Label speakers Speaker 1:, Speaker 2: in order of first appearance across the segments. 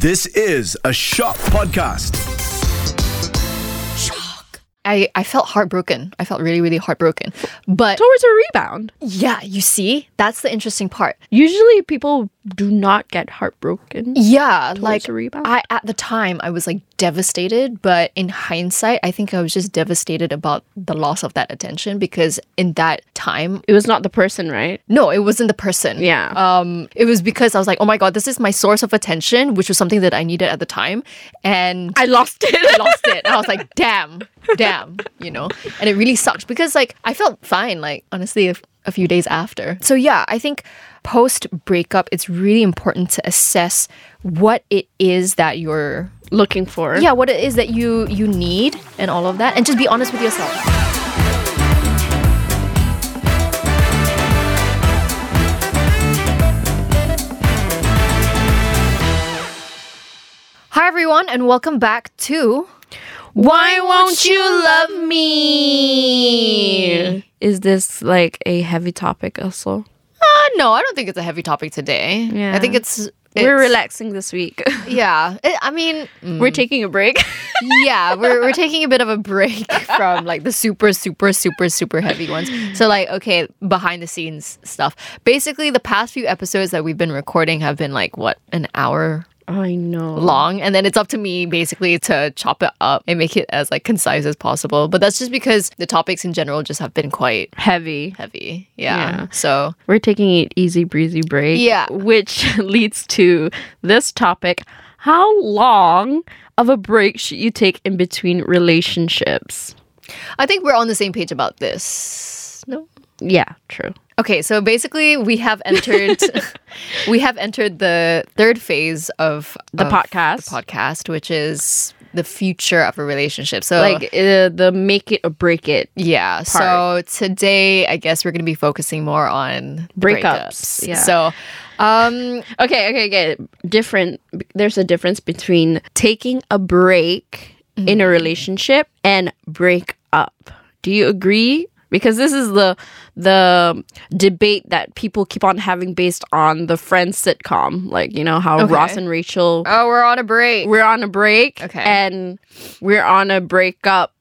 Speaker 1: This is a Shock Podcast.
Speaker 2: I, I felt heartbroken. I felt really, really heartbroken. But
Speaker 3: towards a rebound.
Speaker 2: yeah, you see, that's the interesting part.
Speaker 3: Usually people do not get heartbroken.
Speaker 2: Yeah, like
Speaker 3: a rebound?
Speaker 2: I at the time I was like devastated, but in hindsight, I think I was just devastated about the loss of that attention because in that time,
Speaker 3: It was not the person, right?
Speaker 2: no, it wasn't the person.
Speaker 3: Yeah.
Speaker 2: Um, it was because I was like, oh my god, this is my source of attention, which was something that I needed at the time, and
Speaker 3: I lost it.
Speaker 2: I lost it. And I was like, damn, damn, you know? And it really sucked because, like, I felt fine, like, honestly, a, a few days after. So, yeah, I think post breakup, it's really important to assess what it is that you're.
Speaker 3: Looking for.
Speaker 2: Yeah, what it is that you you need and all of that and just be honest with yourself. Hi everyone and welcome back to
Speaker 3: Why won't you love me? Is this like a heavy topic also?
Speaker 2: Uh, no, I don't think it's a heavy topic today.
Speaker 3: Yeah.
Speaker 2: I think it's,
Speaker 3: We're
Speaker 2: it's-
Speaker 3: relaxing this week.
Speaker 2: Yeah, It- I mean,
Speaker 3: We're taking a break.
Speaker 2: yeah, we're we're taking a bit of a break from like the super super super super heavy ones. So like, okay, behind the scenes stuff. Basically, the past few episodes that we've been recording have been like what an hour
Speaker 3: I know.
Speaker 2: long and then it's up to me basically to chop it up and make it as like concise as possible but that's just because the topics in general just have been quite
Speaker 3: Heavy.
Speaker 2: heavy yeah,
Speaker 3: Yeah.
Speaker 2: so
Speaker 3: We're taking an easy breezy break.
Speaker 2: Yeah.
Speaker 3: Which leads to this topic. How long of a break should you take in between relationships?
Speaker 2: i think we're on the same page about this no
Speaker 3: Yeah, true.
Speaker 2: Okay, so basically we have entered we have entered the third phase of
Speaker 3: The
Speaker 2: of
Speaker 3: podcast.
Speaker 2: The podcast, which is the future of a relationship. So
Speaker 3: Like uh, the make it or break it
Speaker 2: yeah.
Speaker 3: part.
Speaker 2: So today I guess we're gonna be focusing more on
Speaker 3: Breakups, yeah.
Speaker 2: So um
Speaker 3: Okay, okay, okay. Different. There's a difference between taking a break in a
Speaker 2: Mm-hmm.
Speaker 3: relationship and break up. Do you agree? Because this is the the debate that people keep on having based on the Friends sitcom, like you know how Ross and Rachel
Speaker 2: Oh, we're on a break.
Speaker 3: we're on a break
Speaker 2: Okay.
Speaker 3: and we're on a breakup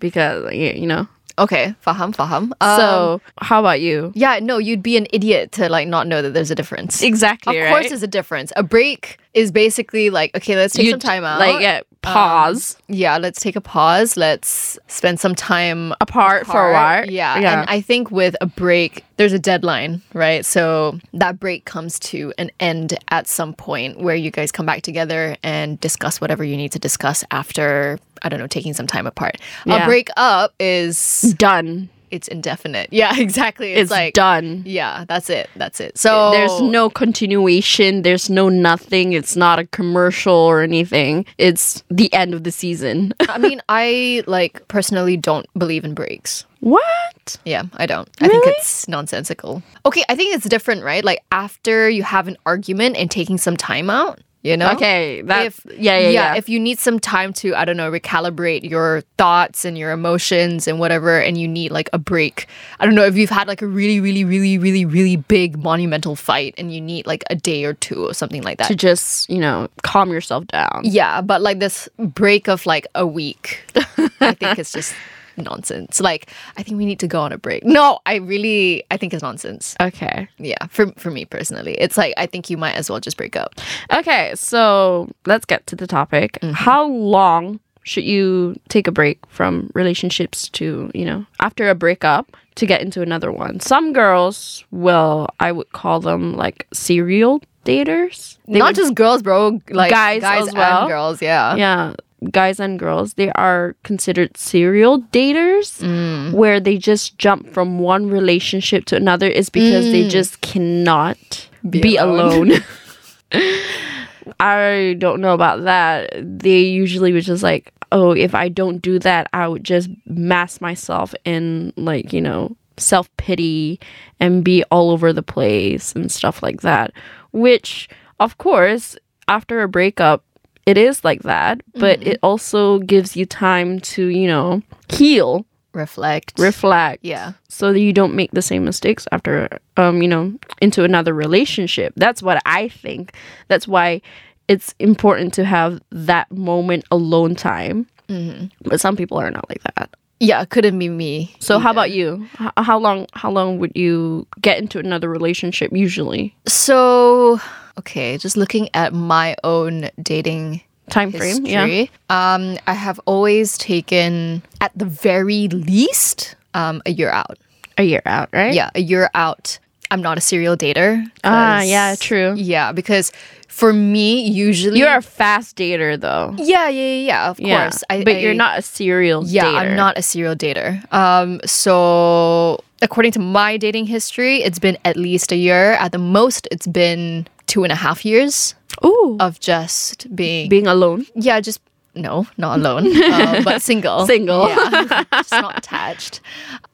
Speaker 3: because y- you know.
Speaker 2: Okay, faham, faham. Um,
Speaker 3: so how about you?
Speaker 2: yeah, no, you'd be an idiot to like not know that there's a difference.
Speaker 3: Exactly.
Speaker 2: Of course there's a difference. A break is basically like, okay, let's take some time out. Um,
Speaker 3: Like yeah, pause.
Speaker 2: yeah, let's take a pause. Let's spend some time
Speaker 3: apart, for a
Speaker 2: apart.
Speaker 3: while.
Speaker 2: Yeah.
Speaker 3: yeah.
Speaker 2: And I think with a break, there's a deadline, right? So that break comes to an end at some point where you guys come back together and discuss whatever you need to discuss after, I don't know, taking some time apart. A
Speaker 3: Yeah.
Speaker 2: break up is
Speaker 3: done.
Speaker 2: it's indefinite. Yeah, exactly. It's,
Speaker 3: It's,
Speaker 2: like
Speaker 3: done.
Speaker 2: Yeah, that's it. That's it. So
Speaker 3: There's no continuation. There's no nothing. It's not a commercial or anything. It's the end of the season.
Speaker 2: I mean, I like personally don't believe in breaks.
Speaker 3: what?
Speaker 2: Yeah, I don't. I think it's nonsensical. Okay, I think it's different, right? Like after you have an argument and taking some time out, you know?
Speaker 3: Okay, that's
Speaker 2: If,
Speaker 3: yeah, yeah, yeah.
Speaker 2: If you need some time to, I don't know, recalibrate your thoughts and your emotions and whatever, and you need like a break. I don't know if you've had like a really, really, really, really, really big monumental fight and you need like a day or two or something like that.
Speaker 3: to just you know calm yourself down.
Speaker 2: Yeah, but like this break of like a week, I think it's just nonsense. Like, I think we need to go on a break. No, I really, I think it's nonsense.
Speaker 3: Okay.
Speaker 2: Yeah, for for me personally, it's like I think you might as well just break up.
Speaker 3: Okay. So let's get to the topic. How long should you take a break from relationships to you know after a breakup to get into another one? Some girls will I would call them like serial daters. They
Speaker 2: Not just girls, bro. Like
Speaker 3: Guys as well?
Speaker 2: and girls. Yeah.
Speaker 3: yeah guys and girls they are considered serial daters where they just jump from one relationship to another is because they just cannot Mm. be,
Speaker 2: alone.
Speaker 3: alone, i don't know about that they usually was just like oh if i don't do that i would just mask myself in like you know self-pity and be all over the place and stuff like that which of course after a breakup it is like that, but it also gives you time to, you know, heal,
Speaker 2: Reflect.
Speaker 3: reflect.
Speaker 2: yeah.
Speaker 3: So that you don't make the same mistakes after um, you know, into another relationship. That's what I think. That's why it's important to have that moment alone time.
Speaker 2: Mm-hmm.
Speaker 3: But some people are not like that.
Speaker 2: Yeah, couldn't be me.
Speaker 3: So how about you? H- how long how long would you get into another relationship usually?
Speaker 2: So, okay, just looking at my own dating
Speaker 3: Time frame, yeah.
Speaker 2: history, um, I have always taken, at the very least, um, a year out.
Speaker 3: A year out, right?
Speaker 2: Yeah, a year out. I'm not a serial dater. 'cause-
Speaker 3: Ah, yeah, true.
Speaker 2: Yeah, because for me, usually
Speaker 3: You're a fast dater though.
Speaker 2: yeah, yeah, yeah, yeah, of
Speaker 3: Yeah.
Speaker 2: course. I,
Speaker 3: but
Speaker 2: I-
Speaker 3: you're not a serial
Speaker 2: Yeah,
Speaker 3: dater.
Speaker 2: I'm not a serial dater. Um, so according to my dating history, it's been at least a year. At the most, it's been two and a half years
Speaker 3: Ooh.
Speaker 2: of just being,
Speaker 3: being alone.
Speaker 2: yeah, just no, not alone, um, but single,
Speaker 3: Single.
Speaker 2: yeah, just not attached.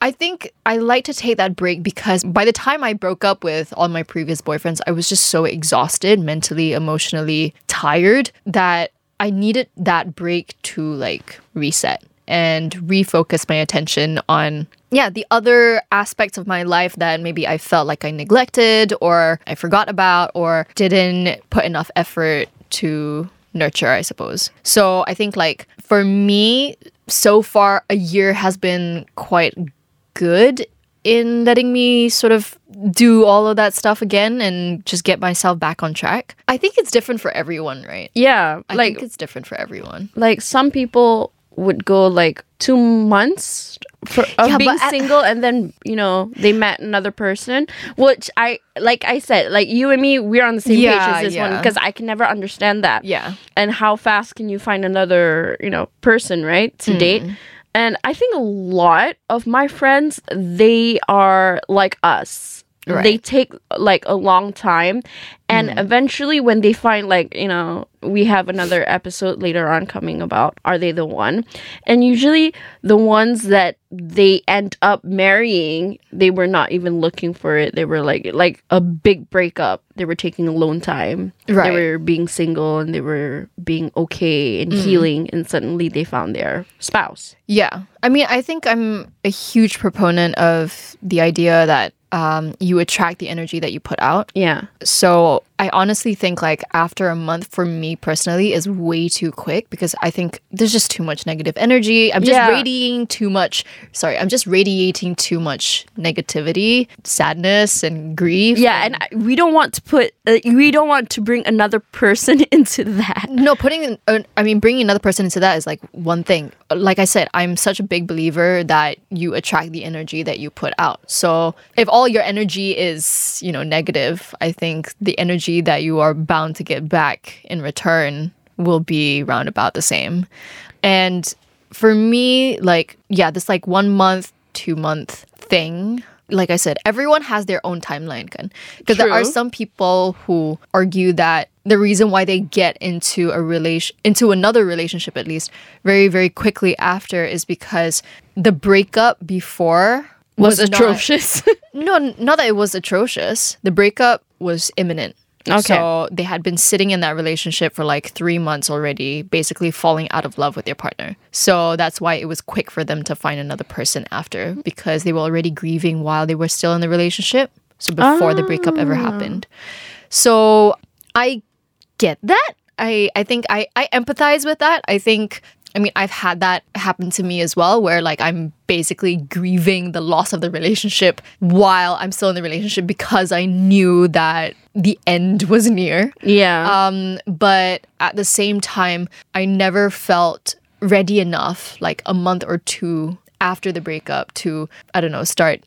Speaker 2: I think I like to take that break because by the time I broke up with all my previous boyfriends, I was just so exhausted, mentally, emotionally tired that I needed that break to like reset and refocus my attention on yeah the other aspects of my life that maybe i felt like i neglected or i forgot about or didn't put enough effort to nurture, I suppose. So I think like for me, so far a year has been quite good in letting me sort of do all of that stuff again and just get myself back on track. I think it's different for everyone, right?
Speaker 3: Yeah.
Speaker 2: I
Speaker 3: like
Speaker 2: think it's different for everyone.
Speaker 3: like some people would go like two months for, of
Speaker 2: Yeah,
Speaker 3: being
Speaker 2: but at-
Speaker 3: single and then you know they met another person which i like i said like you and me we're on the same page
Speaker 2: Yeah,
Speaker 3: as this one
Speaker 2: yeah.
Speaker 3: because i can never understand that
Speaker 2: Yeah.
Speaker 3: and how fast can you find another you know person right to date and i think a lot of my friends they are like us they
Speaker 2: Right.
Speaker 3: take like a long time and eventually when they find like you know we have another episode later on coming about are they the one and usually the ones that they end up marrying they were not even looking for it they were like like a big breakup they were taking alone time they
Speaker 2: Right.
Speaker 3: were being single and they were being okay and healing and suddenly they found their spouse
Speaker 2: Yeah. I mean, I think I'm a huge proponent of the idea that um, you attract the energy that you put out.
Speaker 3: yeah
Speaker 2: So I honestly think like after a month for me personally is way too quick because I think there's just too much negative energy. I'm just
Speaker 3: Yeah.
Speaker 2: radiating too much. Sorry, I'm just radiating too much negativity, sadness, and grief.
Speaker 3: yeah and I, we don't want to put uh, we don't want to bring another person into that
Speaker 2: No, putting, in- uh, I mean, bringing another person into that is like one thing. Like I said, I'm such a big believer that you attract the energy that you put out. So if all your energy is, you know, negative, I think the energy that you are bound to get back in return will be round about the same. And for me, like, yeah, this like one month, two month thing. Like I said, everyone has their own timeline, because there are
Speaker 3: True.
Speaker 2: some people who argue that the reason why they get into a relation into another relationship at least very very quickly after is because the breakup before
Speaker 3: was,
Speaker 2: not-
Speaker 3: atrocious
Speaker 2: no, n- not that it was atrocious. The breakup was imminent.
Speaker 3: Okay.
Speaker 2: So they had been sitting in that relationship for like three months already, basically falling out of love with their partner. So that's why it was quick for them to find another person after because they were already grieving while they were still in the relationship. So before the breakup ever happened. So I get that. I, I think I, I empathize with that. I think, I mean, I've had that happen to me as well, where like I'm basically grieving the loss of the relationship while I'm still in the relationship because I knew that the end was near.
Speaker 3: yeah
Speaker 2: Um, but at the same time, I never felt ready enough, like a month or two after the breakup, to, I don't know, start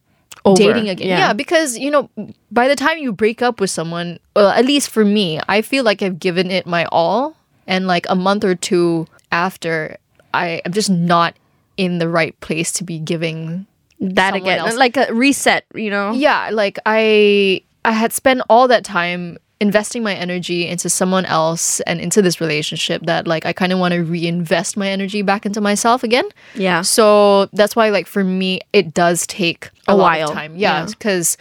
Speaker 3: Over,
Speaker 2: dating again.
Speaker 3: yeah.
Speaker 2: yeah, because, you know, by the time you break up with someone, well, at least for me, I feel like I've given it my all. And like a month or two after, I am just not in the right place to be giving
Speaker 3: that
Speaker 2: someone
Speaker 3: again
Speaker 2: else.
Speaker 3: like a reset you know
Speaker 2: yeah like i i had spent all that time investing my energy into someone else and into this relationship that like i kind of want to reinvest my energy back into myself again
Speaker 3: Yeah.
Speaker 2: so that's why like for me it does take a,
Speaker 3: A
Speaker 2: lot of
Speaker 3: while,
Speaker 2: time yeah
Speaker 3: yeah.
Speaker 2: because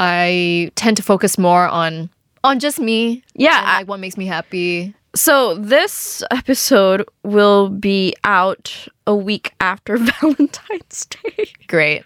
Speaker 2: i tend to focus more on on just me
Speaker 3: Yeah,
Speaker 2: and,
Speaker 3: I-
Speaker 2: like what makes me happy
Speaker 3: So this episode will be out a week after Valentine's Day.
Speaker 2: Great.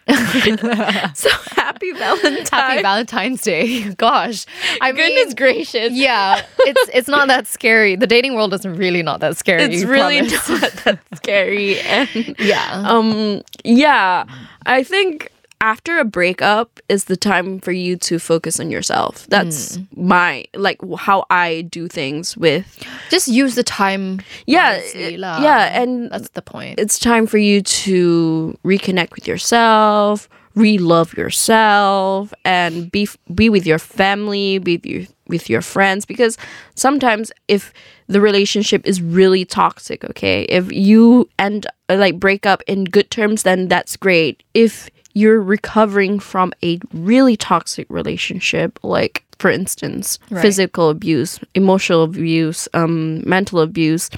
Speaker 3: so happy Valentine's.
Speaker 2: Happy Valentine's Day. Gosh. I
Speaker 3: Goodness
Speaker 2: mean,
Speaker 3: gracious.
Speaker 2: yeah, it's it's not that scary. The dating world is really not that scary.
Speaker 3: It's really
Speaker 2: promise.
Speaker 3: not that scary and
Speaker 2: yeah.
Speaker 3: um yeah, I think after a breakup is the time for you to focus on yourself. That's
Speaker 2: Hmm.
Speaker 3: my like how I do things with
Speaker 2: Uh, Just use the time.
Speaker 3: Yeah,
Speaker 2: wisely
Speaker 3: it-
Speaker 2: lah.
Speaker 3: yeah, and-
Speaker 2: that's the point.
Speaker 3: it's time for you to reconnect with yourself, re-love yourself, and be be with your family, be with your, with your friends. Because sometimes, if the relationship is really toxic, okay, if you end like break up in good terms, then that's great. If you're recovering from a really toxic relationship, like for instance, physical abuse, emotional abuse, um, mental abuse,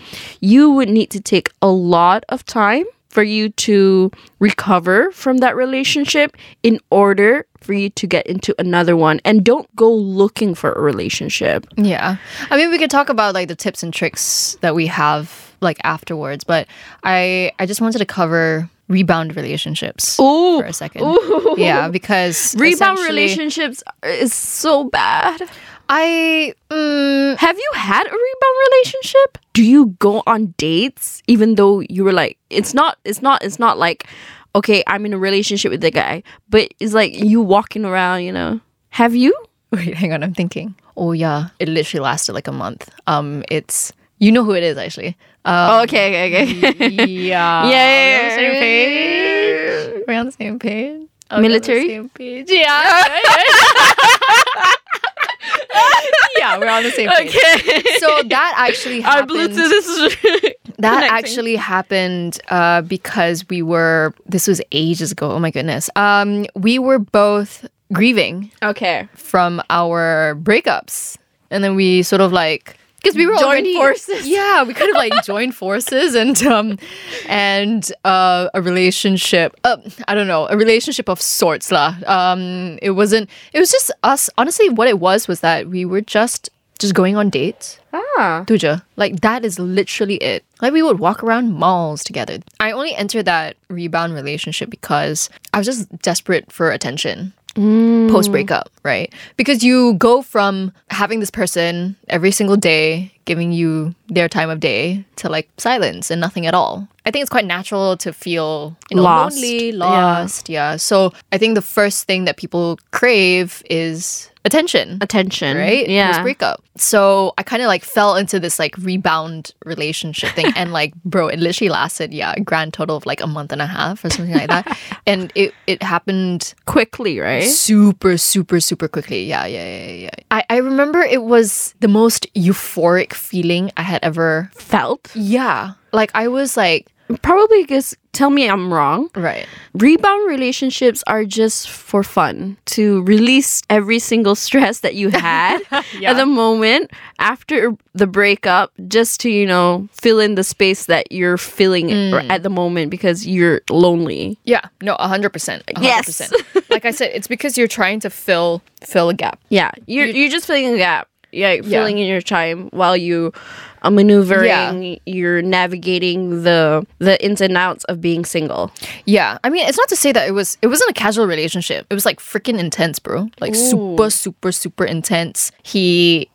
Speaker 3: you would need to take a lot of time for you to recover from that relationship in order for you to get into another one. And don't go looking for a relationship.
Speaker 2: Yeah. I mean, we could talk about like the tips and tricks that we have like afterwards, but I I just wanted to cover rebound relationships for a second. Yeah, because
Speaker 3: Rebound
Speaker 2: essentially-
Speaker 3: relationships is so bad.
Speaker 2: I mm,
Speaker 3: Have you had a rebound relationship? Do you go on dates even though you were like it's not it's not it's not like okay, I'm in a relationship with the guy, but it's like you walking around, you know. Have you?
Speaker 2: wait, hang on, I'm thinking. Oh yeah, it literally lasted like a month. Um, it's you know who it is actually. Um,
Speaker 3: Oh, okay, okay, okay.
Speaker 2: yeah,
Speaker 3: yeah,
Speaker 2: We're on the same page. We're on the same page. Oh, we're on the
Speaker 3: Military?
Speaker 2: same page. Yeah. yeah, we're on the same page.
Speaker 3: okay.
Speaker 2: So that actually
Speaker 3: Our
Speaker 2: happened.
Speaker 3: Bluetooth is
Speaker 2: that
Speaker 3: connecting.
Speaker 2: actually happened uh, because we were. This was ages ago. Oh my goodness. Um, we were both grieving
Speaker 3: Okay.
Speaker 2: from our breakups, and then we sort of like because we were
Speaker 3: Joined
Speaker 2: already
Speaker 3: forces.
Speaker 2: Yeah, we kind of like joined forces and um and uh, a relationship. Uh, I don't know, a relationship of sorts lah. Um, it wasn't. It was just us. Honestly, what it was was that we were just just going on dates.
Speaker 3: Ah.
Speaker 2: Tuja. Like that is literally it. Like we would walk around malls together. I only entered that rebound relationship because I was just desperate for attention.
Speaker 3: Mm.
Speaker 2: Post breakup, right? Because you go from having this person every single day giving you their time of day to like silence and nothing at all. I think it's quite natural to feel you know,
Speaker 3: Lost.
Speaker 2: lonely,
Speaker 3: Yeah.
Speaker 2: lost. yeah. So I think the first thing that people crave is attention
Speaker 3: Attention.
Speaker 2: right? Post
Speaker 3: Yeah.
Speaker 2: breakup. So I kind of like fell into this like rebound relationship thing. and like, bro, it literally lasted, yeah, a grand total of like a month and a half or something like that. and it, it happened
Speaker 3: Quickly, right?
Speaker 2: super, super, super quickly. Yeah, yeah, yeah, yeah, yeah. I, I remember it was the most euphoric feeling I had ever.
Speaker 3: Felt.
Speaker 2: Yeah. Like I was like,
Speaker 3: Probably because tell me I'm wrong.
Speaker 2: right.
Speaker 3: Rebound relationships are just for fun to release every single stress that you had at the moment after the breakup, just to, you know, fill in the space that you're feeling at the moment because you're lonely.
Speaker 2: Yeah, no, 100%. 100%.
Speaker 3: Yes.
Speaker 2: like I said, it's because you're trying to fill fill a gap.
Speaker 3: Yeah, you're, you're just filling a gap. Yeah, filling in your time while you are maneuvering,
Speaker 2: Yeah.
Speaker 3: you're navigating the the ins and outs of being single.
Speaker 2: Yeah, I mean, it's not to say that it was it wasn't a casual relationship. It was like freaking intense, bro. Like super, super, super intense. He.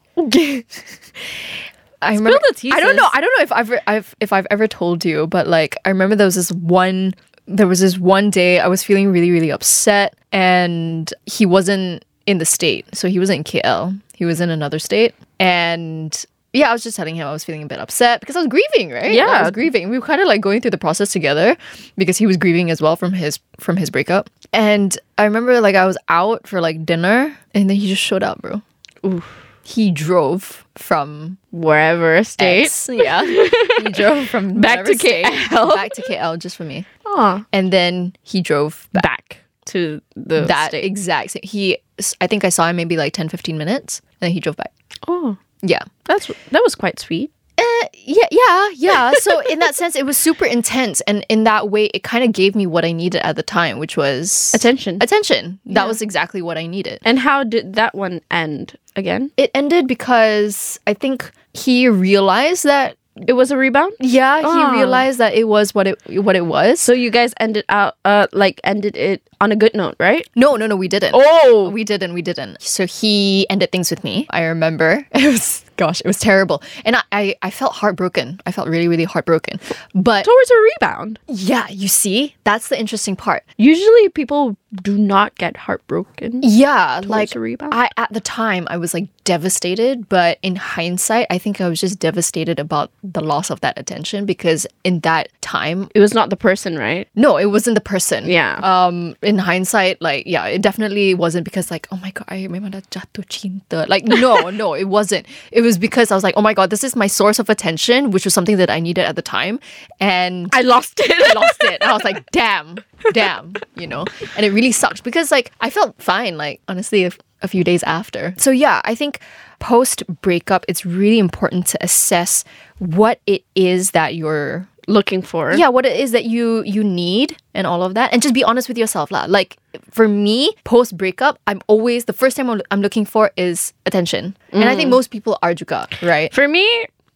Speaker 2: I remember.
Speaker 3: the
Speaker 2: I don't know.
Speaker 3: teases.
Speaker 2: I don't know if I've, I've if I've ever told you, but like I remember there was this one. There was this one day I was feeling really, really upset, and he wasn't in the state, so he wasn't in KL. He was in another state, and yeah, I was just telling him I was feeling a bit upset because I was grieving, right? Like, I
Speaker 3: Yeah.
Speaker 2: was grieving. We were kind of like going through the process together because he was grieving as well from his from his breakup. And I remember like I was out for like dinner and then he just showed up, bro. Ooh. He drove from
Speaker 3: Wherever state.
Speaker 2: X, yeah. he drove from
Speaker 3: Back
Speaker 2: whatever
Speaker 3: to
Speaker 2: state
Speaker 3: KL.
Speaker 2: back to KL just for me.
Speaker 3: Aw.
Speaker 2: And then he drove back
Speaker 3: back to the
Speaker 2: that
Speaker 3: state.
Speaker 2: exact same. He I think I saw him maybe like 10 15 minutes and then he drove back.
Speaker 3: oh,
Speaker 2: Yeah.
Speaker 3: that's that was quite sweet.
Speaker 2: Eh, yeah, yeah, yeah. So in that sense, it was super intense, and in that way, it kind of gave me what I needed at the time, which was
Speaker 3: Attention.
Speaker 2: Attention. That was exactly what I needed.
Speaker 3: And how did that one end again?
Speaker 2: It ended because I think he realized that.
Speaker 3: It was a rebound?
Speaker 2: Yeah,
Speaker 3: Ah.
Speaker 2: he realized that it was what it what it was.
Speaker 3: So you guys ended out uh like ended it on a good note, right?
Speaker 2: No, no, no, we didn't.
Speaker 3: Oh,
Speaker 2: We didn't, we didn't. So he ended things with me. I remember. It was, gosh, it was terrible. And I, I, I felt heartbroken. I felt really, really heartbroken. But
Speaker 3: towards a rebound.
Speaker 2: yeah, you see, that's the interesting part.
Speaker 3: Usually people do not get heartbroken.
Speaker 2: Yeah, like
Speaker 3: a rebound?
Speaker 2: I at the time I was like devastated, but in hindsight, I think I was just devastated about the loss of that attention because in that time,
Speaker 3: It was not the person, right?
Speaker 2: no, it wasn't the person.
Speaker 3: Yeah.
Speaker 2: Um, in hindsight, like yeah, it definitely wasn't because like oh my god, I remember jatuh cinta. Like no, no, it wasn't. It was because I was like oh my god, this is my source of attention, which was something that I needed at the time, and
Speaker 3: I lost it.
Speaker 2: I lost it. And I was like, damn, damn, you know? And it really sucked because, like, I felt fine, like, honestly, a, a few days after. So, yeah, I think post breakup, it's really important to assess what it is that you're.
Speaker 3: Looking for.
Speaker 2: Yeah, what it is that you you need and all of that, and just be honest with yourself, lah. Like for me, post breakup, I'm always the first thing I'm, I'm looking for is attention, and I
Speaker 3: Mm.
Speaker 2: think most people are juga, right?
Speaker 3: For me,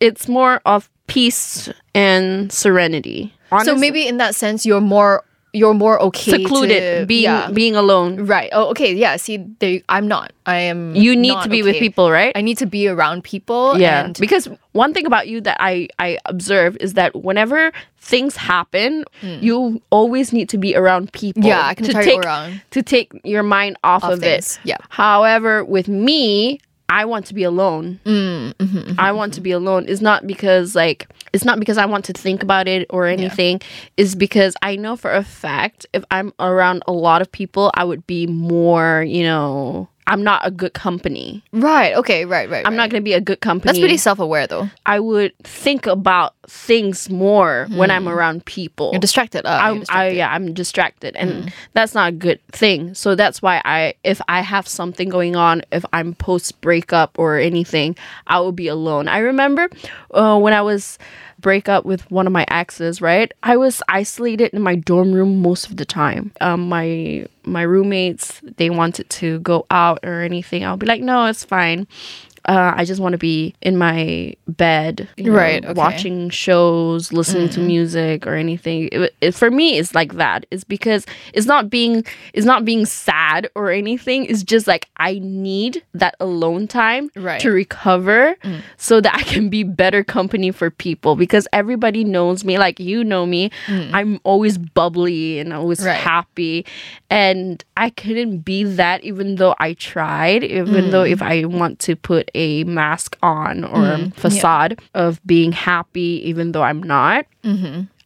Speaker 3: it's more of peace and serenity.
Speaker 2: So maybe in that sense, you're more you're more okay to-
Speaker 3: secluded, being
Speaker 2: yeah.
Speaker 3: being alone.
Speaker 2: Right. Oh, okay. Yeah. See, there you- I'm not. I am.
Speaker 3: You need
Speaker 2: not
Speaker 3: to be with
Speaker 2: okay.
Speaker 3: people, right?
Speaker 2: I need to be around people.
Speaker 3: yeah.
Speaker 2: And
Speaker 3: because one thing about you that I I observed is that whenever things happen, you always need to be around people.
Speaker 2: Hmm. Yeah, I can
Speaker 3: to
Speaker 2: tell you
Speaker 3: take
Speaker 2: around.
Speaker 3: to take your mind off, of
Speaker 2: things,
Speaker 3: it.
Speaker 2: yeah.
Speaker 3: However, with me, I want to be alone.
Speaker 2: Mm, mm-hmm,
Speaker 3: I want to be alone is not because like it's not because I want to think about it or anything. It's because I know for a fact if I'm around a lot of people, I would be more, you know, I'm not a good company.
Speaker 2: right. Okay. Right. Right.
Speaker 3: I'm not going to be a good company.
Speaker 2: That's pretty self-aware, though.
Speaker 3: I would think about things more when I'm around people.
Speaker 2: You're distracted. Mm. Uh,
Speaker 3: I'm, I, yeah, I'm distracted, and that's not a good thing. So that's why I, if I have something going on, if I'm post breakup or anything, I will be alone. I remember uh, when I was breakup with one of my exes, right? I was isolated in my dorm room most of the time. Um, my my roommates they wanted to go out or anything. I'll be like, no, it's fine. Uh, I just want to be in my bed, you know,
Speaker 2: Right, okay.
Speaker 3: Watching watching shows, listening to music or anything. It, it- for me, it's like that. It's because it's not being it's not being sad or anything. It's just like I need that alone time
Speaker 2: Right.
Speaker 3: to recover so that I can be better company for people because everybody knows me. Like you know me, I'm always bubbly and always
Speaker 2: Right.
Speaker 3: happy, and I couldn't be that even though I tried. Even though if I want to put a mask on or facade of being happy, even though I'm not.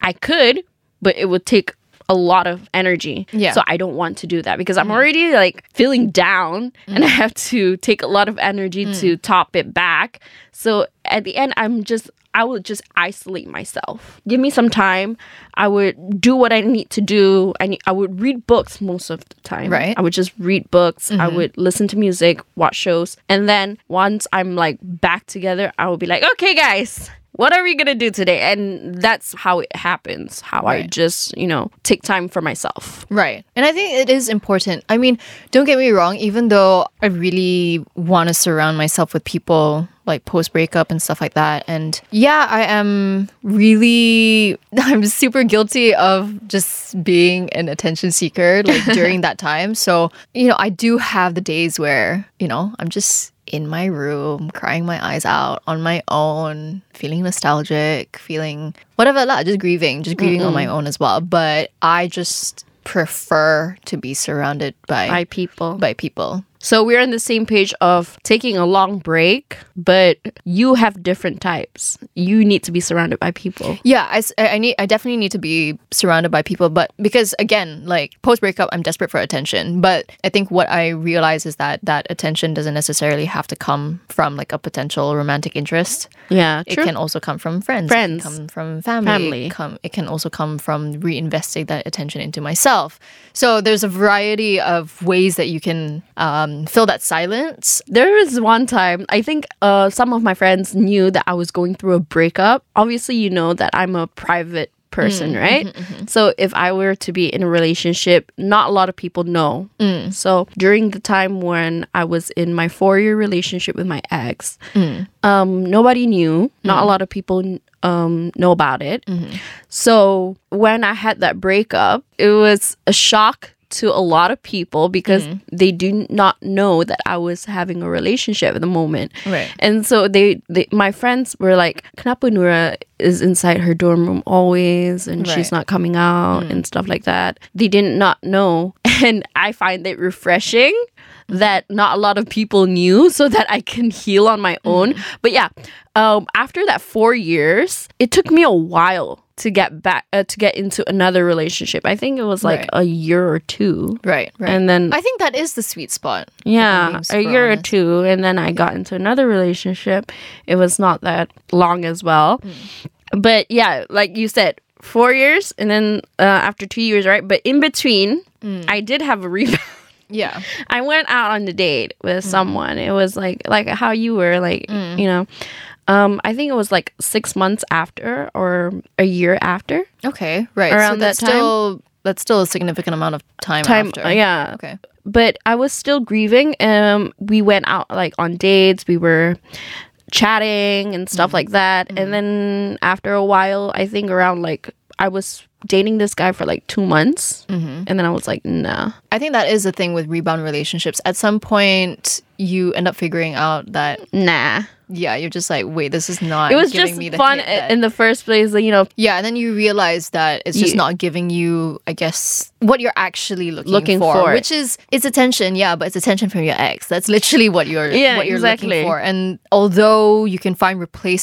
Speaker 3: I could, but it would take a lot of energy.
Speaker 2: Yeah.
Speaker 3: So I don't want to do that because I'm already like feeling down and I have to take a lot of energy to top it back. So at the end, I'm just, I will just isolate myself. Give me some time. I would do what I need to do. I, need, I would read books most of the time.
Speaker 2: Right.
Speaker 3: I would just read books. I would listen to music, watch shows. And then once I'm like back together, I will be like, okay, guys, what are we going to do today? And that's how it happens, how I
Speaker 2: Right.
Speaker 3: just, you know, take time for myself.
Speaker 2: Right. And I think it is important. I mean, don't get me wrong, even though I really want to surround myself with people like post breakup and stuff like that. And yeah, I am really, I'm super guilty of just being an attention seeker like during that time. So, you know, I do have the days where, you know, I'm just in my room, crying my eyes out on my own, feeling nostalgic, feeling whatever, lah, just grieving, just grieving on my own as well. But I just prefer to be surrounded by
Speaker 3: By people.
Speaker 2: by people.
Speaker 3: So we're on the same page of taking a long break, but you have different types. You need to be surrounded by people.
Speaker 2: Yeah, I, s- I- I need I definitely need to be surrounded by people, but because again, like post breakup, I'm desperate for attention. But I think what I realize is that that attention doesn't necessarily have to come from like a potential romantic interest.
Speaker 3: Yeah,
Speaker 2: It can also come from friends.
Speaker 3: Friends.
Speaker 2: It can come from family.
Speaker 3: Family.
Speaker 2: It, come, it can also come from reinvesting that attention into myself. So there's a variety of ways that you can um, um, fill that silence.
Speaker 3: There was one time, I think uh, some of my friends knew that I was going through a breakup. Obviously, you know that I'm a private person, right? So if I were to be in a relationship, not a lot of people know. So during the time when I was in my four year relationship with my ex, um, nobody knew, not a lot of people um, know about it. So when I had that breakup, it was a shock to a lot of people because they do not know that I was having a relationship at the moment.
Speaker 2: Right.
Speaker 3: And so they, they my friends were like, Kenapa Nura is inside her dorm room always and
Speaker 2: Right. Mm.
Speaker 3: she's not coming out and stuff like that. They did not know. And I find it refreshing that not a lot of people knew so that I can heal on
Speaker 2: Mm.
Speaker 3: my own. But yeah, um, after that four years, it took me a while to get back uh, to get into another relationship. I think it was like
Speaker 2: Right.
Speaker 3: a year or two.
Speaker 2: Right, right.
Speaker 3: And then
Speaker 2: I think that is the sweet spot.
Speaker 3: yeah,
Speaker 2: being
Speaker 3: a
Speaker 2: super
Speaker 3: year or
Speaker 2: honest.
Speaker 3: two, and then I got into another relationship. It was not that long as well,
Speaker 2: Hmm.
Speaker 3: but yeah, like you said, four years, and then uh, after two years, right? But in between,
Speaker 2: Hmm.
Speaker 3: I did have a rebound.
Speaker 2: Yeah.
Speaker 3: I went out on a date with
Speaker 2: Hmm.
Speaker 3: someone. It was like like how you were like you know, um, I think it was like six months after or a year after
Speaker 2: Okay, right.
Speaker 3: Around
Speaker 2: so that's
Speaker 3: that time?
Speaker 2: still that's still a significant amount of time,
Speaker 3: time.
Speaker 2: after.
Speaker 3: uh, yeah,
Speaker 2: Okay.
Speaker 3: but I was still grieving. Um, we went out like on dates. We were chatting and stuff like that.
Speaker 2: Mm-hmm.
Speaker 3: And then after a while, I think around like I was dating this guy for like two months,
Speaker 2: Mm-hmm.
Speaker 3: and then I was like, nah.
Speaker 2: I think that is the thing with rebound relationships. At some point you end up figuring out that
Speaker 3: Nah,
Speaker 2: yeah, you're just like, wait, this is not
Speaker 3: it was
Speaker 2: giving
Speaker 3: just
Speaker 2: me the
Speaker 3: fun
Speaker 2: hit that-
Speaker 3: i- in the first place. like, You know,
Speaker 2: Yeah, and then you realize that it's just
Speaker 3: You-
Speaker 2: not giving you, I guess, what you're actually looking,
Speaker 3: Looking
Speaker 2: for,
Speaker 3: for.
Speaker 2: which is it's attention, yeah, but it's attention from your ex. That's literally what you're
Speaker 3: Yeah,
Speaker 2: what you're
Speaker 3: exactly.
Speaker 2: looking for. And although you can find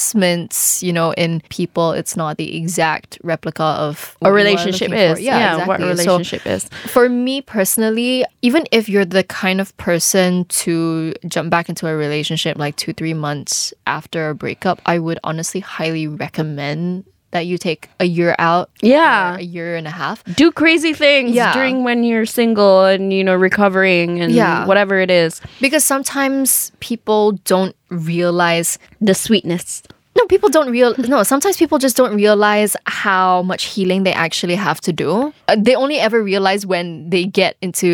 Speaker 2: replacements, you know, in people, it's not the exact replica of what
Speaker 3: a
Speaker 2: you are
Speaker 3: relationship
Speaker 2: looking for.
Speaker 3: is yeah, what a
Speaker 2: exactly. So
Speaker 3: relationship is.
Speaker 2: for me personally, even if you're the kind of person to jump back into a relationship like two, three months after a breakup, I would honestly highly recommend that you take a year out.
Speaker 3: Yeah.
Speaker 2: or A year and a half.
Speaker 3: do crazy things
Speaker 2: Yeah.
Speaker 3: during when you're single and you know recovering and
Speaker 2: Yeah.
Speaker 3: whatever it is.
Speaker 2: Because sometimes people don't realize
Speaker 3: The sweetness.
Speaker 2: no, people don't real. No, sometimes people just don't realize how much healing they actually have to do. Uh, They only ever realize when they get into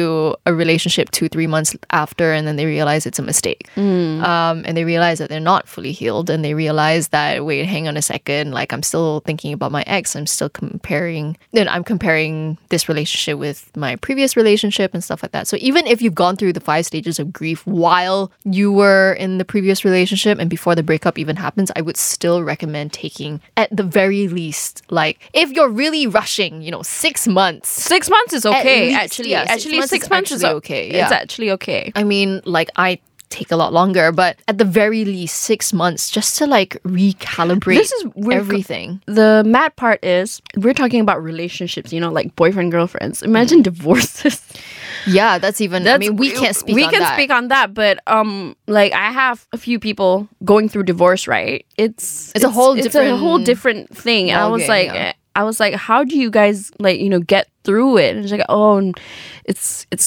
Speaker 2: a relationship two, three months after, and then they realize it's a mistake. Um, and they realize that they're not fully healed, and they realize that wait, hang on a second, like I'm still thinking about my ex. I'm still comparing. Then I'm comparing this relationship with my previous relationship and stuff like that. So even if you've gone through the five stages of grief while you were in the previous relationship and before the breakup even happens, I would still recommend taking at the very least, like if you're really rushing, you know, six months.
Speaker 3: Six months is okay.
Speaker 2: least,
Speaker 3: actually,
Speaker 2: yeah, six
Speaker 3: actually,
Speaker 2: months
Speaker 3: six
Speaker 2: is
Speaker 3: months is
Speaker 2: actually okay,
Speaker 3: okay.
Speaker 2: yeah.
Speaker 3: It's actually okay.
Speaker 2: I mean, like I take a lot longer, but at the very least, six months just to like recalibrate
Speaker 3: This is weird.
Speaker 2: everything.
Speaker 3: The mad part is we're talking about relationships, you know, like boyfriend girlfriends. Imagine
Speaker 2: Mm-hmm.
Speaker 3: divorces.
Speaker 2: Yeah, that's even. I mean, we can't speak.
Speaker 3: We
Speaker 2: on
Speaker 3: can
Speaker 2: that.
Speaker 3: speak on that, but um, like I have a few people going through divorce. Right? It's
Speaker 2: It's a whole
Speaker 3: it's a whole
Speaker 2: different
Speaker 3: different thing. And I was
Speaker 2: ballgame,
Speaker 3: like,
Speaker 2: yeah.
Speaker 3: I was like, how do you guys like you know get through it? And it's like, oh, n- it's it's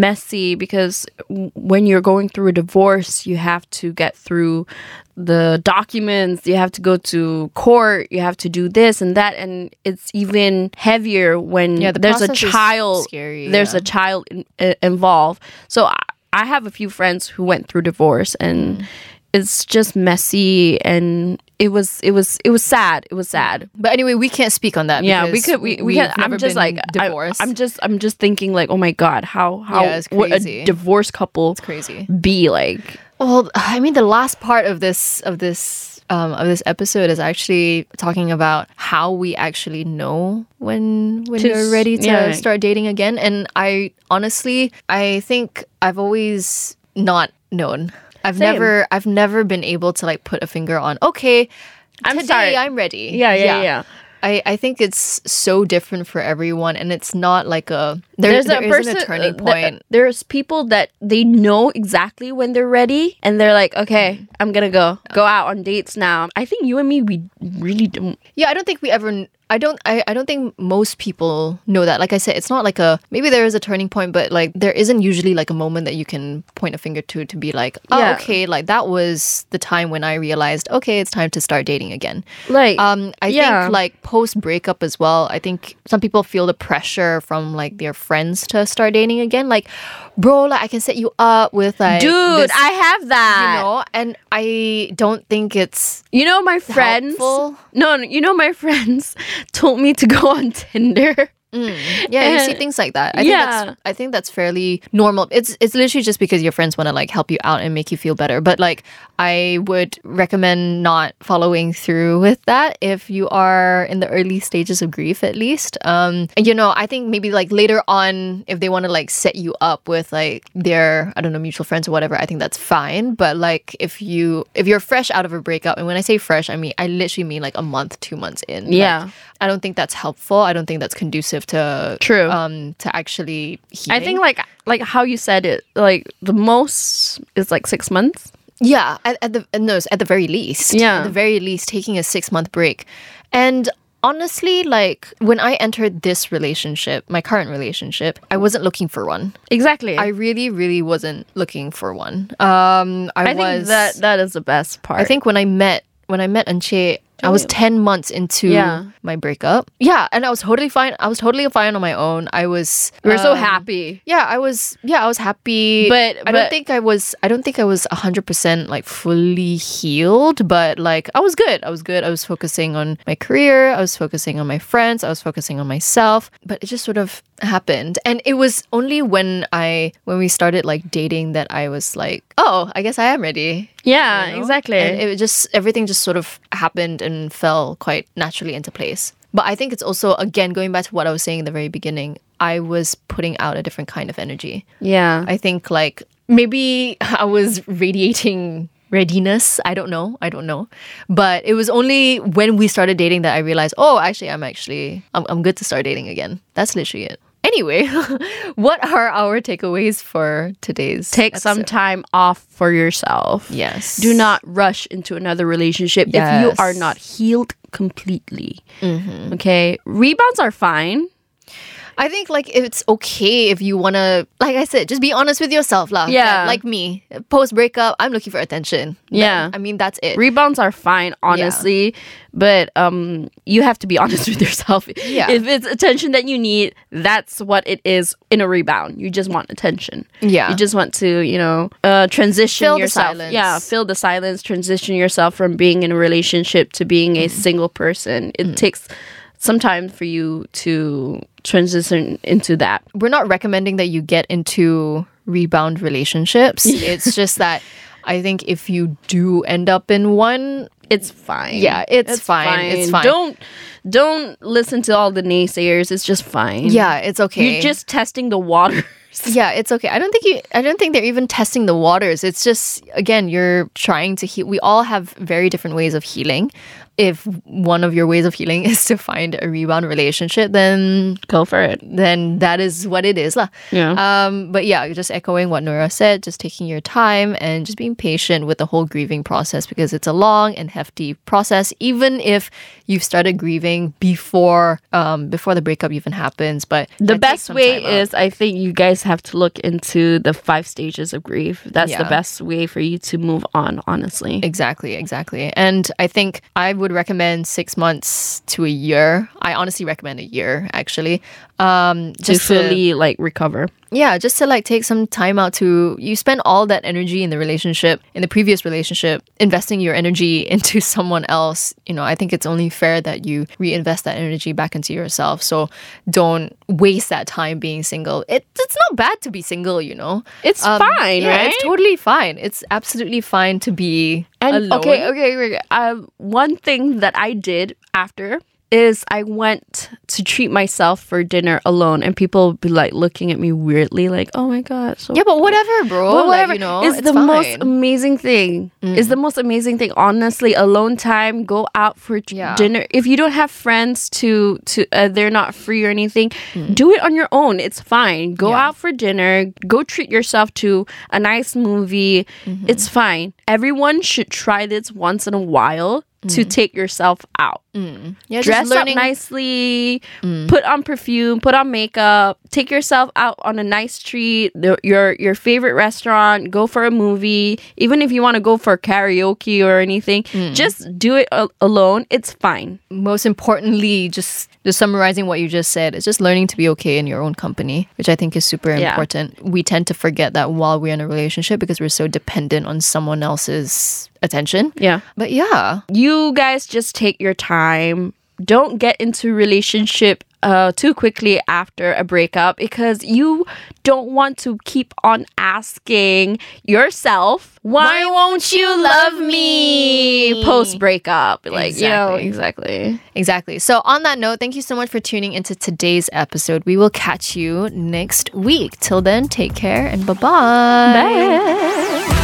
Speaker 3: messy because w- when you're going through a divorce, you have to get through the documents, you have to go to court, you have to do this and that, and it's even heavier when
Speaker 2: Yeah, the
Speaker 3: Mm, there's a
Speaker 2: process is
Speaker 3: child.
Speaker 2: scary,
Speaker 3: there's
Speaker 2: yeah.
Speaker 3: a child in, uh, involved. So I, I have a few friends who went through divorce, and
Speaker 2: Mm.
Speaker 3: it's just messy, and it was it was it was sad. It was sad.
Speaker 2: But anyway, we can't speak on that.
Speaker 3: Yeah, we
Speaker 2: Mm, because
Speaker 3: could we, we
Speaker 2: we've
Speaker 3: can, I'm
Speaker 2: never
Speaker 3: just
Speaker 2: been
Speaker 3: like
Speaker 2: divorced.
Speaker 3: I, am just I'm just thinking like oh my god how how
Speaker 2: Yeah, it's
Speaker 3: would a
Speaker 2: crazy.
Speaker 3: divorce couple
Speaker 2: crazy.
Speaker 3: be like
Speaker 2: Well, I mean, the last part of this of this um, of this episode is actually talking about how we actually know when when
Speaker 3: To
Speaker 2: you're ready
Speaker 3: s-
Speaker 2: to
Speaker 3: yeah.
Speaker 2: start dating again. And I honestly, I think I've always not known. I've
Speaker 3: Same.
Speaker 2: never I've never been able to like put a finger on. Okay,
Speaker 3: I'm
Speaker 2: today
Speaker 3: sorry.
Speaker 2: I'm ready.
Speaker 3: Yeah, yeah, yeah.
Speaker 2: I, I think it's so different for everyone, and it's not like a there,
Speaker 3: there's
Speaker 2: there
Speaker 3: a
Speaker 2: isn't
Speaker 3: person
Speaker 2: a turning
Speaker 3: uh, th-
Speaker 2: point.
Speaker 3: there's people that they know exactly when they're ready and they're like
Speaker 2: Mm.
Speaker 3: okay I'm gonna go go out on dates now I think you and me we really don't
Speaker 2: Yeah, I don't think we ever. kn- I don't I, I don't think most people know that. Like I said, it's not like a maybe there is a turning point, but like there isn't usually like a moment that you can point a finger to to be like, oh
Speaker 3: Yeah.
Speaker 2: okay, like that was the time when I realized, okay, it's time to start dating again.
Speaker 3: Like,
Speaker 2: Um, I
Speaker 3: yeah.
Speaker 2: think like post breakup as well. I think some people feel the pressure from like their friends to start dating again. Like, bro, like I can set you up with like
Speaker 3: dude,
Speaker 2: this,
Speaker 3: I have that.
Speaker 2: you know, and I don't think it's
Speaker 3: You know my friends.
Speaker 2: helpful?
Speaker 3: No, no, you know my friends told me to go on Tinder.
Speaker 2: yeah. you see
Speaker 3: And-
Speaker 2: things like that. I think
Speaker 3: Yeah.
Speaker 2: that's I think that's fairly normal. It's it's literally just because your friends want to like help you out and make you feel better. But like I would recommend not following through with that if you are in the early stages of grief at least. Um, and, you know, I think maybe like later on if they want to like set you up with like their I don't know mutual friends or whatever, I think that's fine. But like if you if you're fresh out of a breakup, and when I say fresh, I mean I literally mean like a month, two months in. like,
Speaker 3: Yeah.
Speaker 2: I don't think that's helpful. I don't think that's conducive to
Speaker 3: True.
Speaker 2: um to actually
Speaker 3: I
Speaker 2: healing.
Speaker 3: think like like how you said it, like the most is like six months.
Speaker 2: yeah at, at the no it's at the very least
Speaker 3: Yeah.
Speaker 2: at the very least taking a six month break and honestly like when I entered this relationship my current relationship I wasn't looking for one
Speaker 3: Exactly.
Speaker 2: I
Speaker 3: I,
Speaker 2: really really wasn't looking for one um I,
Speaker 3: think
Speaker 2: was
Speaker 3: that that is the best part.
Speaker 2: I think when I met when I met Anche, I was ten months into
Speaker 3: Yeah.
Speaker 2: my breakup. Yeah, and I was totally fine. I was totally fine on my own. I was.
Speaker 3: we were so
Speaker 2: um,
Speaker 3: happy.
Speaker 2: Yeah, I was. Yeah, I was happy.
Speaker 3: But-
Speaker 2: I don't
Speaker 3: but-
Speaker 2: think I was. I don't think I was hundred percent like fully healed. But like, I was good. I was good. I was focusing on my career. I was focusing on my friends. I was focusing on myself. But it just sort of happened, and it was only when I when we started like dating that I was like, oh, I guess I am ready.
Speaker 3: Yeah,
Speaker 2: you know?
Speaker 3: exactly.
Speaker 2: And it just everything just sort of happened and fell quite naturally into place. But I think it's also again going back to what I was saying in the very beginning. I was putting out a different kind of energy.
Speaker 3: yeah.
Speaker 2: I think like maybe I was radiating readiness. I don't know. I don't know. But it was only when we started dating that I realized, oh, actually, I'm actually I'm, I'm good to start dating again. That's literally it. Anyway, what are our takeaways for today's
Speaker 3: Take some
Speaker 2: episode?
Speaker 3: time off for yourself.
Speaker 2: Yes.
Speaker 3: um, Do not rush into another relationship if
Speaker 2: Yes. Mm-hmm.
Speaker 3: you are not healed completely. Okay. Rebounds are fine.
Speaker 2: I think like it's okay if you wanna, like I said, just be honest with yourself, lah.
Speaker 3: Yeah.
Speaker 2: like me, post breakup, I'm looking for attention. That-
Speaker 3: Yeah.
Speaker 2: I mean that's it.
Speaker 3: Rebounds are fine, honestly, but um, you have to be honest with yourself.
Speaker 2: Yeah.
Speaker 3: If it's attention that you need, that's what it is in a rebound. You just want attention.
Speaker 2: Yeah.
Speaker 3: You just want to, you know, uh, transition
Speaker 2: Fill the
Speaker 3: yourself.
Speaker 2: silence.
Speaker 3: Yeah, fill the silence. Transition yourself from being in a relationship to being a
Speaker 2: Mm-hmm.
Speaker 3: single person. It takes some time for you to transition into that.
Speaker 2: We're not recommending that you get into rebound relationships. It's just that I think if you do end up in one,
Speaker 3: It's fine.
Speaker 2: Yeah, it's fine. It's fine.
Speaker 3: Don't don't listen to all the naysayers. It's just fine.
Speaker 2: yeah, it's okay.
Speaker 3: You're just testing the waters.
Speaker 2: yeah, it's okay. I don't think you. I don't think they're even testing the waters. It's just again, you're trying to heal. We all have very different ways of healing. If one of your ways of healing is to find a rebound relationship, then
Speaker 3: Go for it.
Speaker 2: then that is what it is lah.
Speaker 3: Yeah.
Speaker 2: Um, but yeah, just echoing what Nora said, just taking your time and just being patient with the whole grieving process because it's a long and hefty process. Even if you've started grieving before um, before the breakup even happens, but that
Speaker 3: The
Speaker 2: takes
Speaker 3: best
Speaker 2: some
Speaker 3: way
Speaker 2: time out.
Speaker 3: is, I think you guys have to look into the five stages of grief. That's
Speaker 2: Yeah.
Speaker 3: the best way for you to move on, honestly.
Speaker 2: Exactly, exactly. And I think I would recommend six months to a year. I honestly recommend a year, actually. Um,
Speaker 3: To
Speaker 2: just to-
Speaker 3: fully like recover.
Speaker 2: yeah just to like take some time out to you spend all that energy in the relationship in the previous relationship investing your energy into someone else you know i think it's only fair that you reinvest that energy back into yourself so don't waste that time being single it, it's not bad to be single you know Um,
Speaker 3: It's fine,
Speaker 2: yeah,
Speaker 3: right?
Speaker 2: it's totally fine it's absolutely fine to be
Speaker 3: And
Speaker 2: alone.
Speaker 3: okay, okay, okay. Um, one thing that I did after is I went to treat myself for dinner alone, and people would be like looking at me weirdly, like, "Oh my god, so
Speaker 2: yeah but whatever bro
Speaker 3: But
Speaker 2: Like,
Speaker 3: whatever.
Speaker 2: you know
Speaker 3: it's,
Speaker 2: it's
Speaker 3: the
Speaker 2: fine.
Speaker 3: most amazing thing. It's the most amazing thing. Honestly, alone time, go out for d-
Speaker 2: Yeah.
Speaker 3: dinner. If you don't have friends to to uh, they're not free or anything,
Speaker 2: Mm.
Speaker 3: do it on your own. It's fine. Go out for dinner, go treat yourself to
Speaker 2: Mm-hmm.
Speaker 3: a nice movie. It's fine. Everyone should try this once in a while
Speaker 2: Mm-hmm.
Speaker 3: to take yourself out.
Speaker 2: Yeah, just
Speaker 3: Dress
Speaker 2: learning- Mm.
Speaker 3: up nicely, put on perfume, put on makeup, take yourself out on a nice treat, the- your your favorite restaurant, go for a movie, even if you want to go for karaoke or anything,
Speaker 2: Mm.
Speaker 3: just do it a- alone. It's fine.
Speaker 2: most importantly, just just summarizing what you just said, it's just learning to be okay in your own company, which I think is super
Speaker 3: Yeah.
Speaker 2: important. We tend to forget that while we're in a relationship because we're so dependent on someone else's attention.
Speaker 3: Yeah.
Speaker 2: But yeah,
Speaker 3: you guys just take your time. Don't get into relationship uh, too quickly after a breakup because you don't want to keep on asking yourself, "Why, won't you love me?" Post breakup, like you know
Speaker 2: Exactly.
Speaker 3: exactly.
Speaker 2: exactly. So on that note, thank you so much for tuning into today's episode. We will catch you next week. Till then, take care and bye-bye. Bye.